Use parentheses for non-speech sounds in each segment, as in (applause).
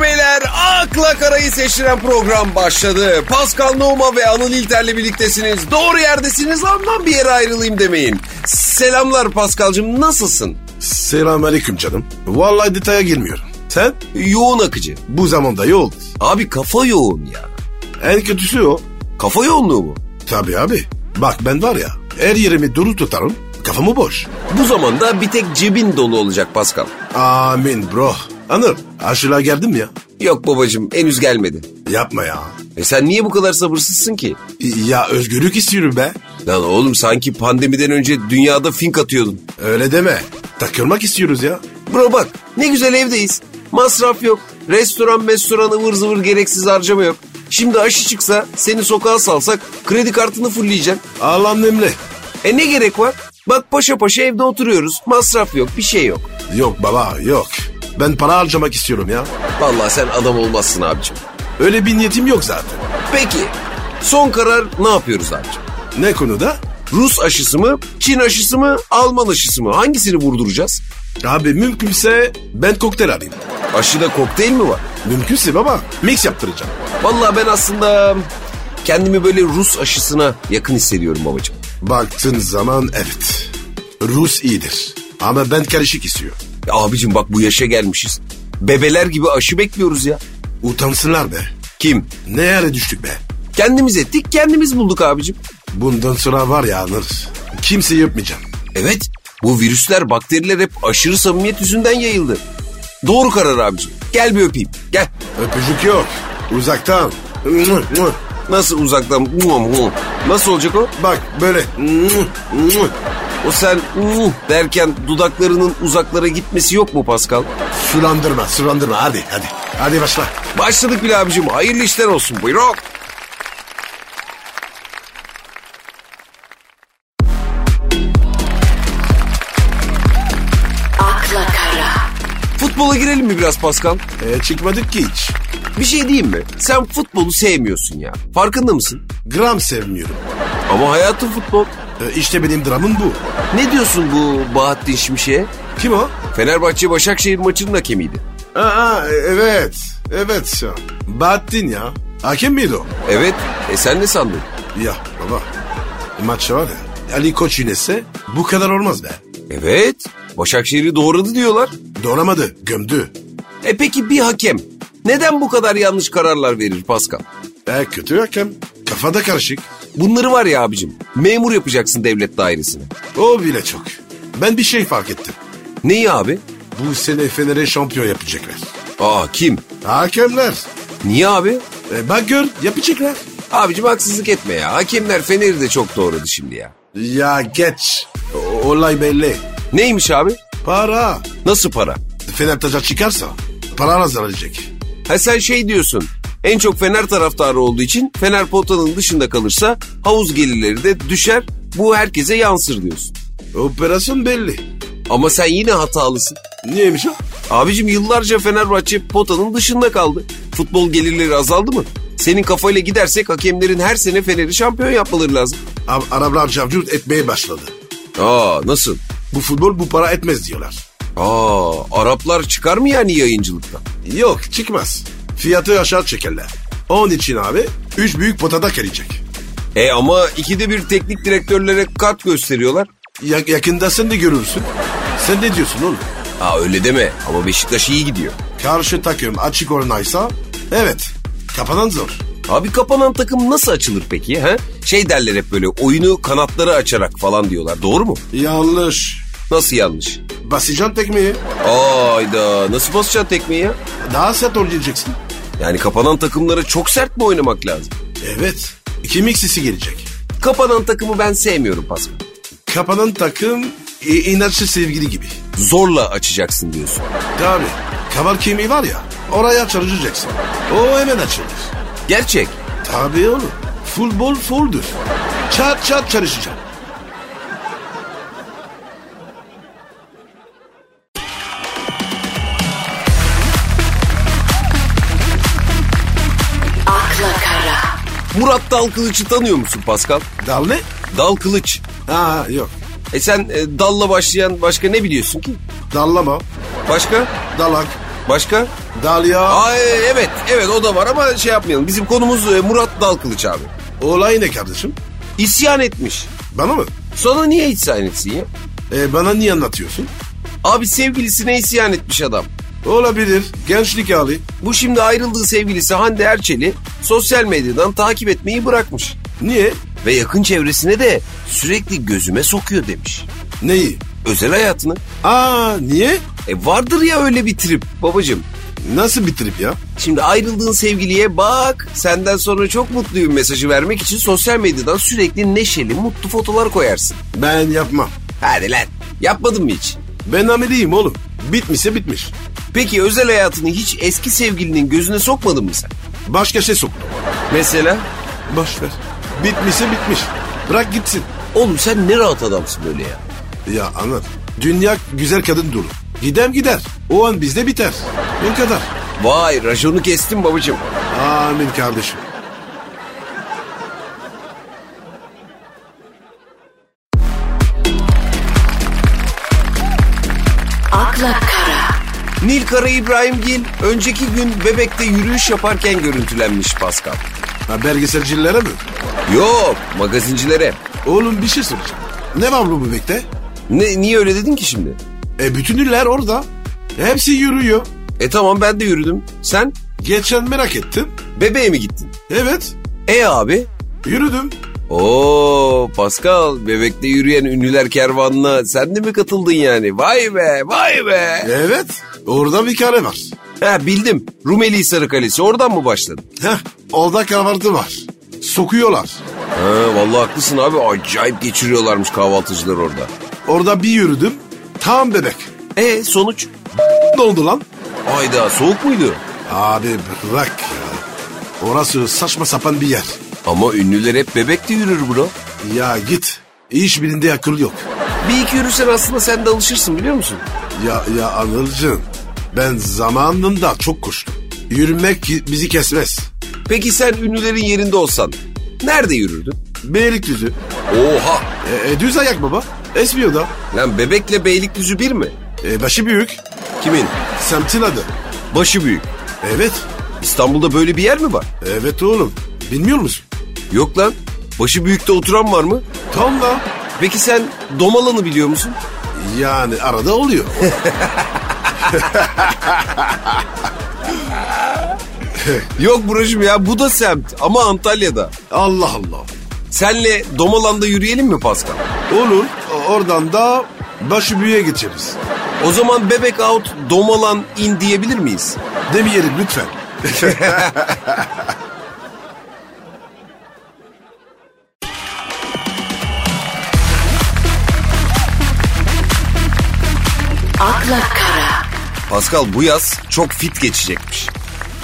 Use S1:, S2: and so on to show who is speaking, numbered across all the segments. S1: beyler akla karayı seçtiren program başladı. Pascal Numa ve Anıl İlter'le birliktesiniz. Doğru yerdesiniz aman bir yere ayrılayım demeyin. Selamlar Pascal'cığım nasılsın?
S2: Selamünaleyküm canım. Vallahi detaya girmiyorum. Sen
S1: Yoğun akıcı.
S2: bu zamanda yol.
S1: Abi kafa yoğun ya.
S2: En kötüsü o.
S1: Kafa yoğunluğu mu?
S2: Tabii abi. Bak ben var ya her yerimi duru tutarım. Kafamı boş.
S1: Bu zamanda bir tek cebin dolu olacak Pascal.
S2: Amin bro. Anıl aşıla geldim ya.
S1: Yok babacığım henüz gelmedi.
S2: Yapma ya.
S1: E sen niye bu kadar sabırsızsın ki?
S2: Ya özgürlük istiyorum be.
S1: Lan oğlum sanki pandemiden önce dünyada fink atıyordun.
S2: Öyle deme. Takılmak istiyoruz ya.
S1: Bro bak ne güzel evdeyiz. Masraf yok. Restoran mestoran ıvır zıvır gereksiz harcama yok. Şimdi aşı çıksa seni sokağa salsak kredi kartını fullleyeceksin.
S2: Allah'ın emri.
S1: E ne gerek var? Bak paşa paşa evde oturuyoruz. Masraf yok bir şey yok.
S2: Yok baba yok. Ben para harcamak istiyorum ya.
S1: Vallahi sen adam olmazsın abicim.
S2: Öyle bir niyetim yok zaten.
S1: Peki son karar ne yapıyoruz abicim?
S2: Ne konuda?
S1: Rus aşısı mı, Çin aşısı mı, Alman aşısı mı? Hangisini vurduracağız?
S2: Abi mümkünse ben kokteyl alayım.
S1: Aşıda kokteyl mi var?
S2: Mümkünse baba mix yaptıracağım.
S1: Vallahi ben aslında kendimi böyle Rus aşısına yakın hissediyorum babacığım.
S2: Baktığın zaman evet. Rus iyidir. Ama ben karışık istiyorum.
S1: Ya abicim bak bu yaşa gelmişiz. Bebeler gibi aşı bekliyoruz ya.
S2: Utansınlar be.
S1: Kim?
S2: Ne yere düştük be.
S1: Kendimiz ettik kendimiz bulduk abicim.
S2: Bundan sonra var ya Anır. Kimseyi öpmeyeceğim.
S1: Evet bu virüsler bakteriler hep aşırı samimiyet yüzünden yayıldı. Doğru karar abicim. Gel bir öpeyim. Gel.
S2: Öpücük yok. Uzaktan.
S1: Nasıl uzaktan? Nasıl olacak o?
S2: Bak böyle.
S1: O sen derken dudaklarının uzaklara gitmesi yok mu Pascal?
S2: Sulandırma sulandırma hadi hadi. Hadi başla.
S1: Başladık bile abicim. Hayırlı işler olsun. Buyruk.
S3: akla kara,
S1: Futbola girelim mi biraz Pascal?
S2: E, çıkmadık ki hiç.
S1: Bir şey diyeyim mi? Sen futbolu sevmiyorsun ya. Farkında mısın?
S2: Gram sevmiyorum. E,
S1: Ama hayatın futbol.
S2: işte benim dramım bu.
S1: Ne diyorsun bu Bahattin Şimşek'e?
S2: Kim o?
S1: Fenerbahçe Başakşehir maçının hakemiydi.
S2: Aa, evet. Evet. ya. Bahattin ya. Hakem miydi o?
S1: Evet. E sen ne sandın?
S2: Ya baba maçta var ya Ali Koç yinese bu kadar olmaz be.
S1: Evet. Başakşehir'i doğradı diyorlar.
S2: Doğramadı gömdü.
S1: E peki bir hakem neden bu kadar yanlış kararlar verir Pascal?
S2: E kötü hakem kafada karışık.
S1: Bunları var ya abicim. Memur yapacaksın devlet dairesine.
S2: O bile çok. Ben bir şey fark ettim.
S1: Neyi abi?
S2: Bu sene Fener'e şampiyon yapacaklar.
S1: Aa kim?
S2: Hakemler.
S1: Niye abi?
S2: E, bak gör yapacaklar.
S1: Abicim haksızlık etme ya. Hakemler Fener'i de çok doğradı şimdi ya.
S2: Ya geç. O- olay belli.
S1: Neymiş abi?
S2: Para.
S1: Nasıl para?
S2: Fener taca çıkarsa para hazırlayacak.
S1: Ha sen şey diyorsun. En çok Fener taraftarı olduğu için Fener potanın dışında kalırsa havuz gelirleri de düşer. Bu herkese yansır diyorsun.
S2: Operasyon belli.
S1: Ama sen yine hatalısın.
S2: Niyeymiş o?
S1: Abicim yıllarca Fenerbahçe potanın dışında kaldı. Futbol gelirleri azaldı mı? Senin kafayla gidersek hakemlerin her sene Fener'i şampiyon yapmaları lazım.
S2: Ab- Araplar cavcurt etmeye başladı.
S1: Aa nasıl?
S2: Bu futbol bu para etmez diyorlar.
S1: Aa Araplar çıkar mı yani yayıncılıktan?
S2: Yok çıkmaz. Fiyatı aşağı çekerler. Onun için abi 3 büyük potada gelecek.
S1: E ama ikide bir teknik direktörlere kart gösteriyorlar.
S2: Ya- yakında sen de görürsün. Sen ne diyorsun oğlum?
S1: Aa öyle deme ama Beşiktaş iyi gidiyor.
S2: Karşı takım açık oranaysa evet kapanan zor.
S1: Abi kapanan takım nasıl açılır peki? He? Şey derler hep böyle oyunu kanatları açarak falan diyorlar. Doğru mu?
S2: Yanlış.
S1: Nasıl yanlış?
S2: Basacaksın tekmeyi.
S1: Ayda nasıl basacaksın tekmeyi ya?
S2: Daha sert oynayacaksın.
S1: Yani kapanan takımlara çok sert mi oynamak lazım?
S2: Evet. Kim eksisi gelecek?
S1: Kapanan takımı ben sevmiyorum Pascal.
S2: Kapanan takım e, inatçı sevgili gibi.
S1: Zorla açacaksın diyorsun.
S2: Tabi. Kaval kemiği var ya oraya çalışacaksın. O hemen açılır.
S1: Gerçek.
S2: Tabii oğlum. Futbol fulldür. Çat çat çalışacağım.
S3: akla kara,
S1: Murat Dal Kılıç'ı tanıyor musun Pascal?
S2: Dal ne?
S1: Dal Kılıç.
S2: Ha yok.
S1: E sen e, dalla başlayan başka ne biliyorsun ki?
S2: Dallama,
S1: Başka?
S2: dalak,
S1: Başka?
S2: Dalya.
S1: Ay evet evet o da var ama şey yapmayalım. Bizim konumuz e, Murat Dalkılıç abi.
S2: Olay ne kardeşim?
S1: İsyan etmiş.
S2: Bana mı?
S1: Sonra niye isyan etsin ya?
S2: E, bana niye anlatıyorsun?
S1: Abi sevgilisine isyan etmiş adam.
S2: Olabilir. Gençlik hali.
S1: Bu şimdi ayrıldığı sevgilisi Hande Erçel'i sosyal medyadan takip etmeyi bırakmış.
S2: Niye?
S1: Ve yakın çevresine de sürekli gözüme sokuyor demiş.
S2: Neyi?
S1: Özel hayatını.
S2: Aa niye?
S1: E vardır ya öyle bir trip babacım.
S2: Nasıl bir trip ya?
S1: Şimdi ayrıldığın sevgiliye bak senden sonra çok mutluyum mesajı vermek için sosyal medyadan sürekli neşeli mutlu fotolar koyarsın.
S2: Ben yapmam.
S1: Hadi lan yapmadın mı hiç?
S2: Ben ameliyim oğlum. Bitmişse bitmiş.
S1: Peki özel hayatını hiç eski sevgilinin gözüne sokmadın mı sen?
S2: Başka şey soktu.
S1: Mesela?
S2: Boş ver. Bitmişse bitmiş. Bırak gitsin.
S1: Oğlum sen ne rahat adamsın böyle ya.
S2: Ya anlat. Dünya güzel kadın dolu. Gidem gider. O an bizde biter. Ne kadar?
S1: Vay rajonu kestim babacım.
S2: Amin kardeşim.
S3: Akla kara.
S1: Nilkara İbrahimgil önceki gün bebekte yürüyüş yaparken görüntülenmiş Pascal.
S2: Ha, belgeselcilere mi?
S1: Yok magazincilere.
S2: Oğlum bir şey soracağım. Ne var bu bebekte?
S1: Ne, niye öyle dedin ki şimdi?
S2: E bütün iller orada. Hepsi yürüyor.
S1: E tamam ben de yürüdüm. Sen
S2: Geçen merak ettim.
S1: bebeğe mi gittin?
S2: Evet.
S1: E abi?
S2: Yürüdüm.
S1: Oo Pascal bebekte yürüyen ünlüler kervanına sen de mi katıldın yani? Vay be vay be.
S2: Evet. Orada bir kare var.
S1: Ha bildim. Rumeli Hisarı Kalesi oradan mı başladın?
S2: Heh. Orada kahvaltı var. Sokuyorlar.
S1: Ha vallahi haklısın abi acayip geçiriyorlarmış kahvaltıcılar orada.
S2: Orada bir yürüdüm. Tam bebek.
S1: E sonuç?
S2: Ne oldu lan?
S1: Ayda soğuk muydu?
S2: Abi bırak ya. Orası saçma sapan bir yer.
S1: Ama ünlüler hep bebekte yürür bro.
S2: Ya git. İş birinde akıl yok.
S1: Bir iki yürürsen aslında sen de alışırsın biliyor musun?
S2: Ya ya Anılcığım. Ben zamanında çok koştum. Yürümek ki- bizi kesmez.
S1: Peki sen ünlülerin yerinde olsan nerede yürürdün?
S2: Beylikdüzü.
S1: Oha!
S2: E, e, düz ayak baba. Esmiyor da.
S1: Lan bebekle beylikdüzü bir mi?
S2: E, başı büyük.
S1: Kimin?
S2: Semtin adı.
S1: Başı büyük.
S2: Evet.
S1: İstanbul'da böyle bir yer mi var?
S2: Evet oğlum. Bilmiyor musun?
S1: Yok lan. Başı büyükte oturan var mı?
S2: Tam da.
S1: Peki sen Domalan'ı biliyor musun?
S2: Yani arada oluyor.
S1: Yok brocum ya bu da semt ama Antalya'da.
S2: Allah Allah.
S1: Senle Domalan'da yürüyelim mi Pascal?
S2: Olur. O- Oradan da başı büyüğe geçeriz.
S1: O zaman bebek out Domalan in diyebilir miyiz?
S2: Demeyelim lütfen.
S3: Akla kara.
S1: Pascal bu yaz çok fit geçecekmiş.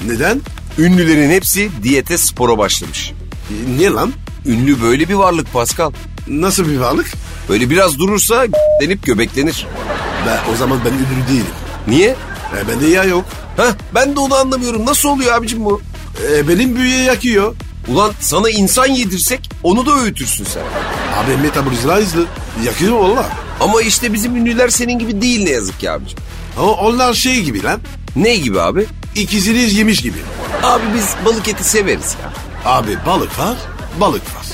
S2: Neden?
S1: Ünlülerin hepsi diyete spora başlamış.
S2: E, Niye lan?
S1: Ünlü böyle bir varlık Pascal.
S2: Nasıl bir varlık?
S1: Böyle biraz durursa (laughs) denip göbeklenir.
S2: Ben, o zaman ben ünlü değilim.
S1: Niye?
S2: E, bende yağ yok.
S1: Heh, ben de onu anlamıyorum. Nasıl oluyor abicim bu?
S2: E, benim büyüğe yakıyor.
S1: Ulan sana insan yedirsek onu da öğütürsün sen.
S2: Abi metabolizma hızlı. Yakıyor valla.
S1: Ama işte bizim ünlüler senin gibi değil ne yazık ki abicim.
S2: Ama onlar şey gibi lan.
S1: Ne gibi abi?
S2: İkizini yemiş gibi.
S1: Abi biz balık eti severiz ya.
S2: Abi balık var, balık var.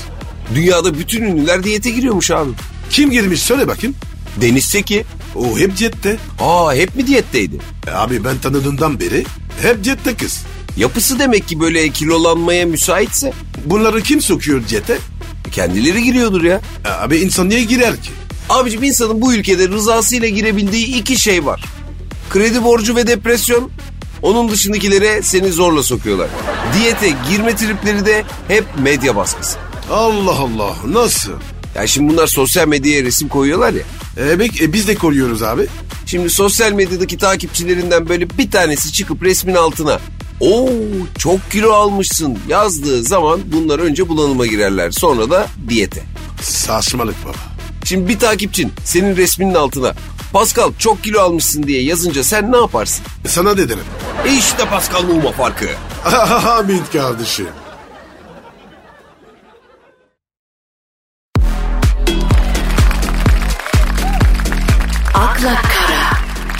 S1: Dünyada bütün ünlüler diyete giriyormuş abi.
S2: Kim girmiş söyle bakayım.
S1: Deniz Seki.
S2: O hep diyette.
S1: Aa hep mi diyetteydi?
S2: E, abi ben tanıdığımdan beri hep diyette kız.
S1: Yapısı demek ki böyle kilolanmaya müsaitse
S2: Bunları kim sokuyor diyete?
S1: kendileri giriyordur ya.
S2: E, abi insan niye girer ki?
S1: Abicim insanın bu ülkede rızasıyla girebildiği iki şey var. Kredi borcu ve depresyon. Onun dışındakilere seni zorla sokuyorlar. Diyete girme tripleri de hep medya baskısı.
S2: Allah Allah nasıl?
S1: Yani şimdi bunlar sosyal medyaya resim koyuyorlar ya.
S2: E, bek- e, biz de koruyoruz abi.
S1: Şimdi sosyal medyadaki takipçilerinden böyle bir tanesi çıkıp resmin altına Oo çok kilo almışsın yazdığı zaman bunlar önce bulanıma girerler. Sonra da diyete.
S2: Saçmalık baba.
S1: Şimdi bir takipçin senin resminin altına Pascal çok kilo almışsın diye yazınca sen ne yaparsın?
S2: Sana dedim.
S1: E İşte Pascal Numa farkı.
S2: (laughs) Amin
S3: Akla
S2: kardeşim.
S3: kara.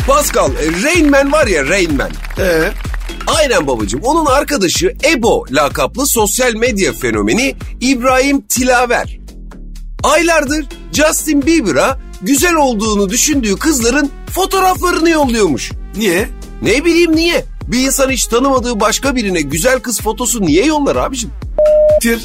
S1: Pascal, e, Rain Man var ya Rain Man.
S2: E
S1: Aynen babacığım. Onun arkadaşı Ebo lakaplı sosyal medya fenomeni İbrahim Tilaver. Aylardır Justin Bieber'a güzel olduğunu düşündüğü kızların fotoğraflarını yolluyormuş.
S2: Niye?
S1: Ne bileyim niye? Bir insan hiç tanımadığı başka birine güzel kız fotosu niye yollar abicim?
S2: Tir.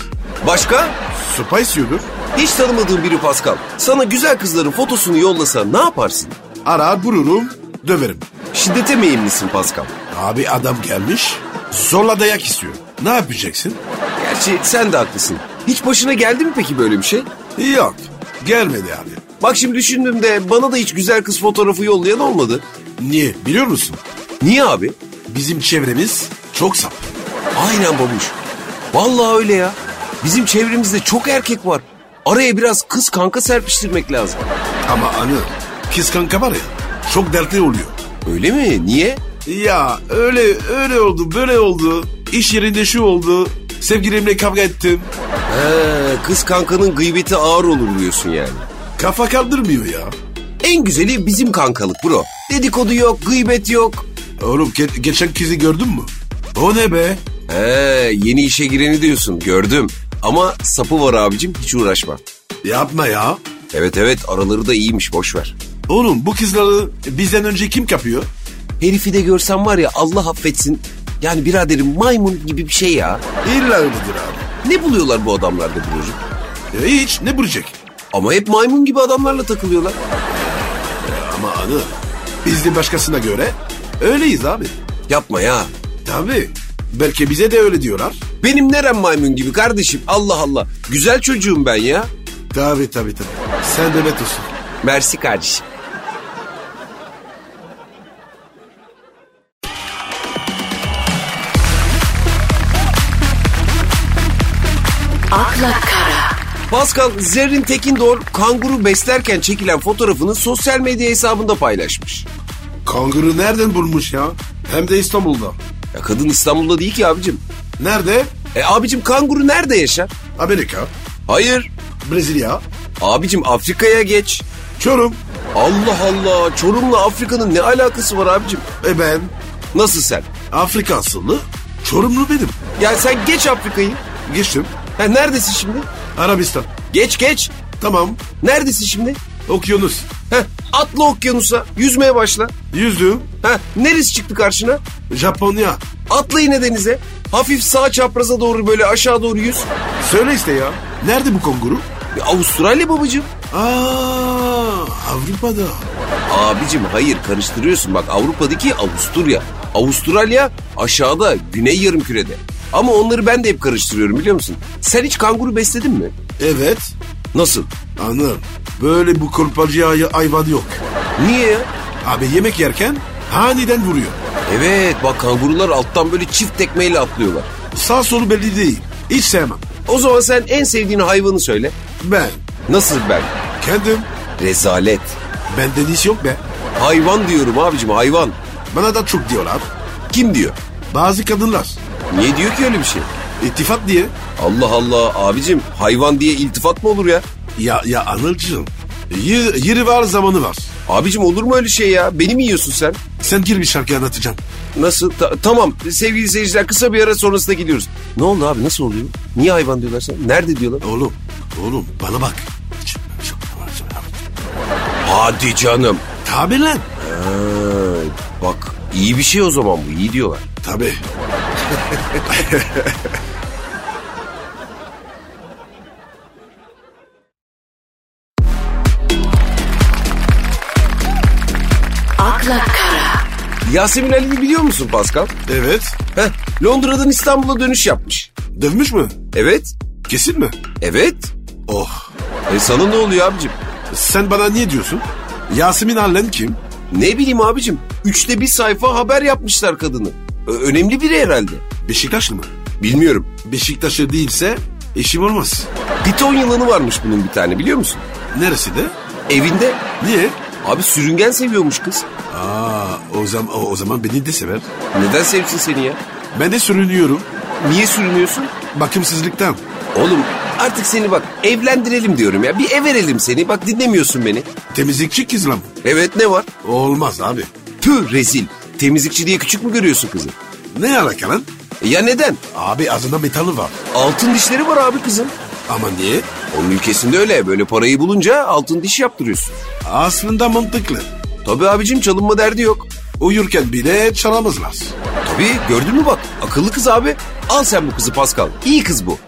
S1: Başka?
S2: Spice yiyordur.
S1: Hiç tanımadığın biri Pascal. Sana güzel kızların fotosunu yollasa ne yaparsın?
S2: Arar vururum, döverim.
S1: Şiddete meyillisin Pascal.
S2: Abi adam gelmiş, zorla dayak istiyor. Ne yapacaksın?
S1: Gerçi sen de haklısın. Hiç başına geldi mi peki böyle bir şey?
S2: Yok, gelmedi abi.
S1: Bak şimdi düşündüğümde bana da hiç güzel kız fotoğrafı yollayan olmadı.
S2: Niye biliyor musun?
S1: Niye abi?
S2: Bizim çevremiz çok sap.
S1: Aynen babuş. Vallahi öyle ya. Bizim çevremizde çok erkek var. Araya biraz kız kanka serpiştirmek lazım.
S2: Ama anı, kız kanka var ya, çok dertli oluyor.
S1: Öyle mi? Niye?
S2: Ya öyle öyle oldu, böyle oldu. İş yerinde şu oldu. Sevgilimle kavga ettim.
S1: He, kız kankanın gıybeti ağır olur diyorsun yani.
S2: Kafa kaldırmıyor ya.
S1: En güzeli bizim kankalık bro. Dedikodu yok, gıybet yok.
S2: Oğlum ge- geçen kızı gördün mü? O ne be?
S1: He, Ee, yeni işe gireni diyorsun gördüm. Ama sapı var abicim hiç uğraşma.
S2: Yapma ya.
S1: Evet evet araları da iyiymiş boş ver.
S2: Oğlum bu kızları bizden önce kim kapıyor?
S1: Herifi de görsen var ya Allah affetsin. Yani biraderim maymun gibi bir şey ya.
S2: İlla öyledir abi.
S1: Ne buluyorlar bu adamlarda bu çocuk?
S2: E, hiç ne bulacak?
S1: Ama hep maymun gibi adamlarla takılıyorlar.
S2: Ama anı biz de başkasına göre öyleyiz abi.
S1: Yapma ya.
S2: Tabii. Belki bize de öyle diyorlar.
S1: Benim nerem maymun gibi kardeşim Allah Allah. Güzel çocuğum ben ya.
S2: Tabii tabii tabii. Sen de net olsun.
S1: Mersi kardeşim.
S3: akla kara,
S1: Pascal Zerrin Tekindor kanguru beslerken çekilen fotoğrafını sosyal medya hesabında paylaşmış.
S2: Kanguru nereden bulmuş ya? Hem de İstanbul'da.
S1: Ya kadın İstanbul'da değil ki abicim.
S2: Nerede?
S1: E abicim kanguru nerede yaşar?
S2: Amerika,
S1: Hayır.
S2: Brezilya,
S1: Abicim Afrika'ya geç.
S2: Çorum.
S1: Allah Allah Çorum'la Afrika'nın ne alakası var abicim?
S2: E ben
S1: Nasıl sen?
S2: Afrika asıllı, Çorumlu benim.
S1: Ya sen geç Afrika'yı.
S2: Geçtim.
S1: Ha, neredesin şimdi?
S2: Arabistan.
S1: Geç geç.
S2: Tamam.
S1: Neredesin şimdi?
S2: Okyanus.
S1: Heh, atla okyanusa, yüzmeye başla.
S2: Yüzdüm.
S1: Heh, neresi çıktı karşına?
S2: Japonya.
S1: Atla yine denize. Hafif sağ çapraza doğru böyle aşağı doğru yüz.
S2: Söyle işte ya. Nerede bu kanguru?
S1: Ya Avustralya babacığım.
S2: Aa, Avrupa'da.
S1: Abicim hayır karıştırıyorsun bak Avrupa'daki Avusturya. Avustralya aşağıda güney yarımkürede. Ama onları ben de hep karıştırıyorum biliyor musun? Sen hiç kanguru besledin mi?
S2: Evet.
S1: Nasıl?
S2: Anıl. Böyle bu kolpacı hay- hayvan yok.
S1: Niye ya?
S2: Abi yemek yerken aniden vuruyor.
S1: Evet bak kangurular alttan böyle çift tekmeyle atlıyorlar.
S2: Sağ solu belli değil. Hiç sevmem.
S1: O zaman sen en sevdiğin hayvanı söyle.
S2: Ben
S1: Nasıl ben?
S2: kendim.
S1: Rezalet.
S2: Benden iş yok be.
S1: Hayvan diyorum abicim hayvan.
S2: Bana da çok diyorlar.
S1: Kim diyor?
S2: Bazı kadınlar.
S1: Niye diyor ki öyle bir şey?
S2: İttifat diye.
S1: Allah Allah abicim hayvan diye iltifat mı olur ya?
S2: Ya ya Anılcığım. Yeri, yeri var zamanı var.
S1: Abicim olur mu öyle şey ya? Beni mi yiyorsun sen?
S2: Sen gir bir şarkı anlatacağım.
S1: Nasıl? Ta- tamam sevgili seyirciler kısa bir ara sonrasında gidiyoruz. Ne oldu abi nasıl oluyor? Niye hayvan diyorlar sen? Nerede diyorlar?
S2: Oğlum, oğlum bana bak.
S1: Hadi canım.
S2: Tabi lan.
S1: Evet, bak iyi bir şey o zaman bu iyi diyorlar.
S2: Tabi.
S3: akla kara,
S1: Yasemin Ali'yi biliyor musun Pascal?
S2: Evet.
S1: Heh, Londra'dan İstanbul'a dönüş yapmış.
S2: Dövmüş mü?
S1: Evet.
S2: Kesin mi?
S1: Evet.
S2: Oh.
S1: E sana ne oluyor abicim?
S2: Sen bana niye diyorsun? Yasemin Allen kim?
S1: Ne bileyim abicim. Üçte bir sayfa haber yapmışlar kadını. Ö- önemli biri herhalde.
S2: Beşiktaşlı mı?
S1: Bilmiyorum.
S2: Beşiktaşlı değilse işim olmaz.
S1: Piton yılanı varmış bunun bir tane biliyor musun?
S2: Neresi de?
S1: Evinde.
S2: Niye?
S1: Abi sürüngen seviyormuş kız.
S2: Aa, o zaman o, o zaman beni de sever.
S1: Neden sevsin seni ya?
S2: Ben de sürünüyorum.
S1: Niye sürünüyorsun?
S2: Bakımsızlıktan.
S1: Oğlum artık seni bak evlendirelim diyorum ya. Bir ev verelim seni. Bak dinlemiyorsun beni.
S2: Temizlikçi kız lan.
S1: Evet ne var?
S2: Olmaz abi.
S1: Tüh rezil. Temizlikçi diye küçük mü görüyorsun kızı? E
S2: Ne alaka lan?
S1: Ya neden?
S2: Abi ağzında metalı var.
S1: Altın dişleri var abi kızın.
S2: Ama niye?
S1: Onun ülkesinde öyle. Böyle parayı bulunca altın diş yaptırıyorsun.
S2: Aslında mantıklı.
S1: Tabii abicim çalınma derdi yok.
S2: Uyurken bile çalamazlar.
S1: Tabii gördün mü bak akıllı kız abi. Al sen bu kızı Pascal. İyi kız bu.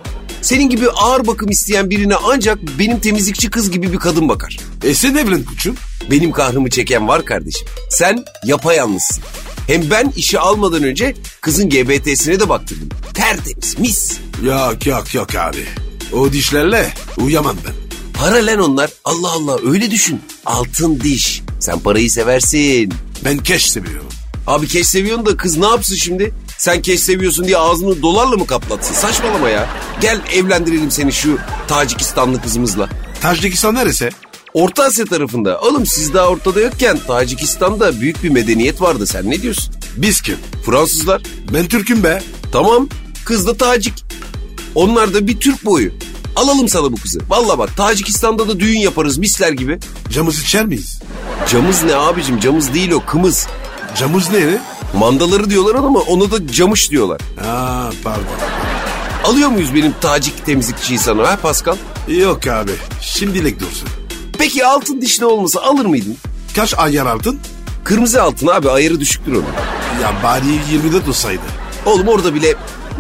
S1: Senin gibi ağır bakım isteyen birine ancak benim temizlikçi kız gibi bir kadın bakar.
S2: E sen evlen kuçum.
S1: Benim kahrımı çeken var kardeşim. Sen yapayalnızsın. Hem ben işi almadan önce kızın GBT'sine de baktırdım. Tertemiz, mis.
S2: Yok yok yok abi. O dişlerle uyuyamam ben.
S1: Para lan onlar. Allah Allah öyle düşün. Altın diş. Sen parayı seversin.
S2: Ben keş seviyorum.
S1: Abi keş seviyorsun da kız ne yapsın şimdi? Sen keş seviyorsun diye ağzını dolarla mı kaplatsın? Saçmalama ya. Gel evlendirelim seni şu Tacikistanlı kızımızla.
S2: Tacikistan neresi?
S1: Orta Asya tarafında. Oğlum siz daha ortada yokken Tacikistan'da büyük bir medeniyet vardı. Sen ne diyorsun?
S2: Biz kim?
S1: Fransızlar.
S2: Ben Türk'üm be.
S1: Tamam. Kız da Tacik. Onlar da bir Türk boyu. Alalım sana bu kızı. Valla bak Tacikistan'da da düğün yaparız misler gibi.
S2: Camız içer miyiz?
S1: Camız ne abicim? Camız değil o kımız.
S2: Camız ne?
S1: Mandaları diyorlar ama ona da camış diyorlar.
S2: Aa pardon.
S1: Alıyor muyuz benim tacik temizlikçiyi sana ha Pascal?
S2: Yok abi. Şimdilik dursun.
S1: Peki altın dişli olmasa alır mıydın?
S2: Kaç ayar aldın?
S1: Kırmızı altın abi ayarı düşüktür onun.
S2: Ya bari 20'de dursaydı.
S1: Oğlum orada bile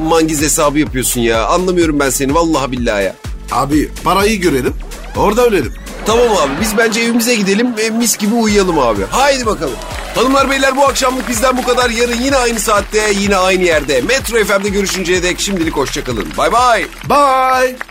S1: mangiz hesabı yapıyorsun ya. Anlamıyorum ben seni vallahi billahi ya.
S2: Abi parayı görelim. Orada ölelim.
S1: Tamam abi biz bence evimize gidelim ve mis gibi uyuyalım abi. Haydi bakalım. Hanımlar beyler bu akşamlık bizden bu kadar. Yarın yine aynı saatte yine aynı yerde. Metro FM'de görüşünceye dek şimdilik hoşçakalın. Bay bay.
S2: Bye.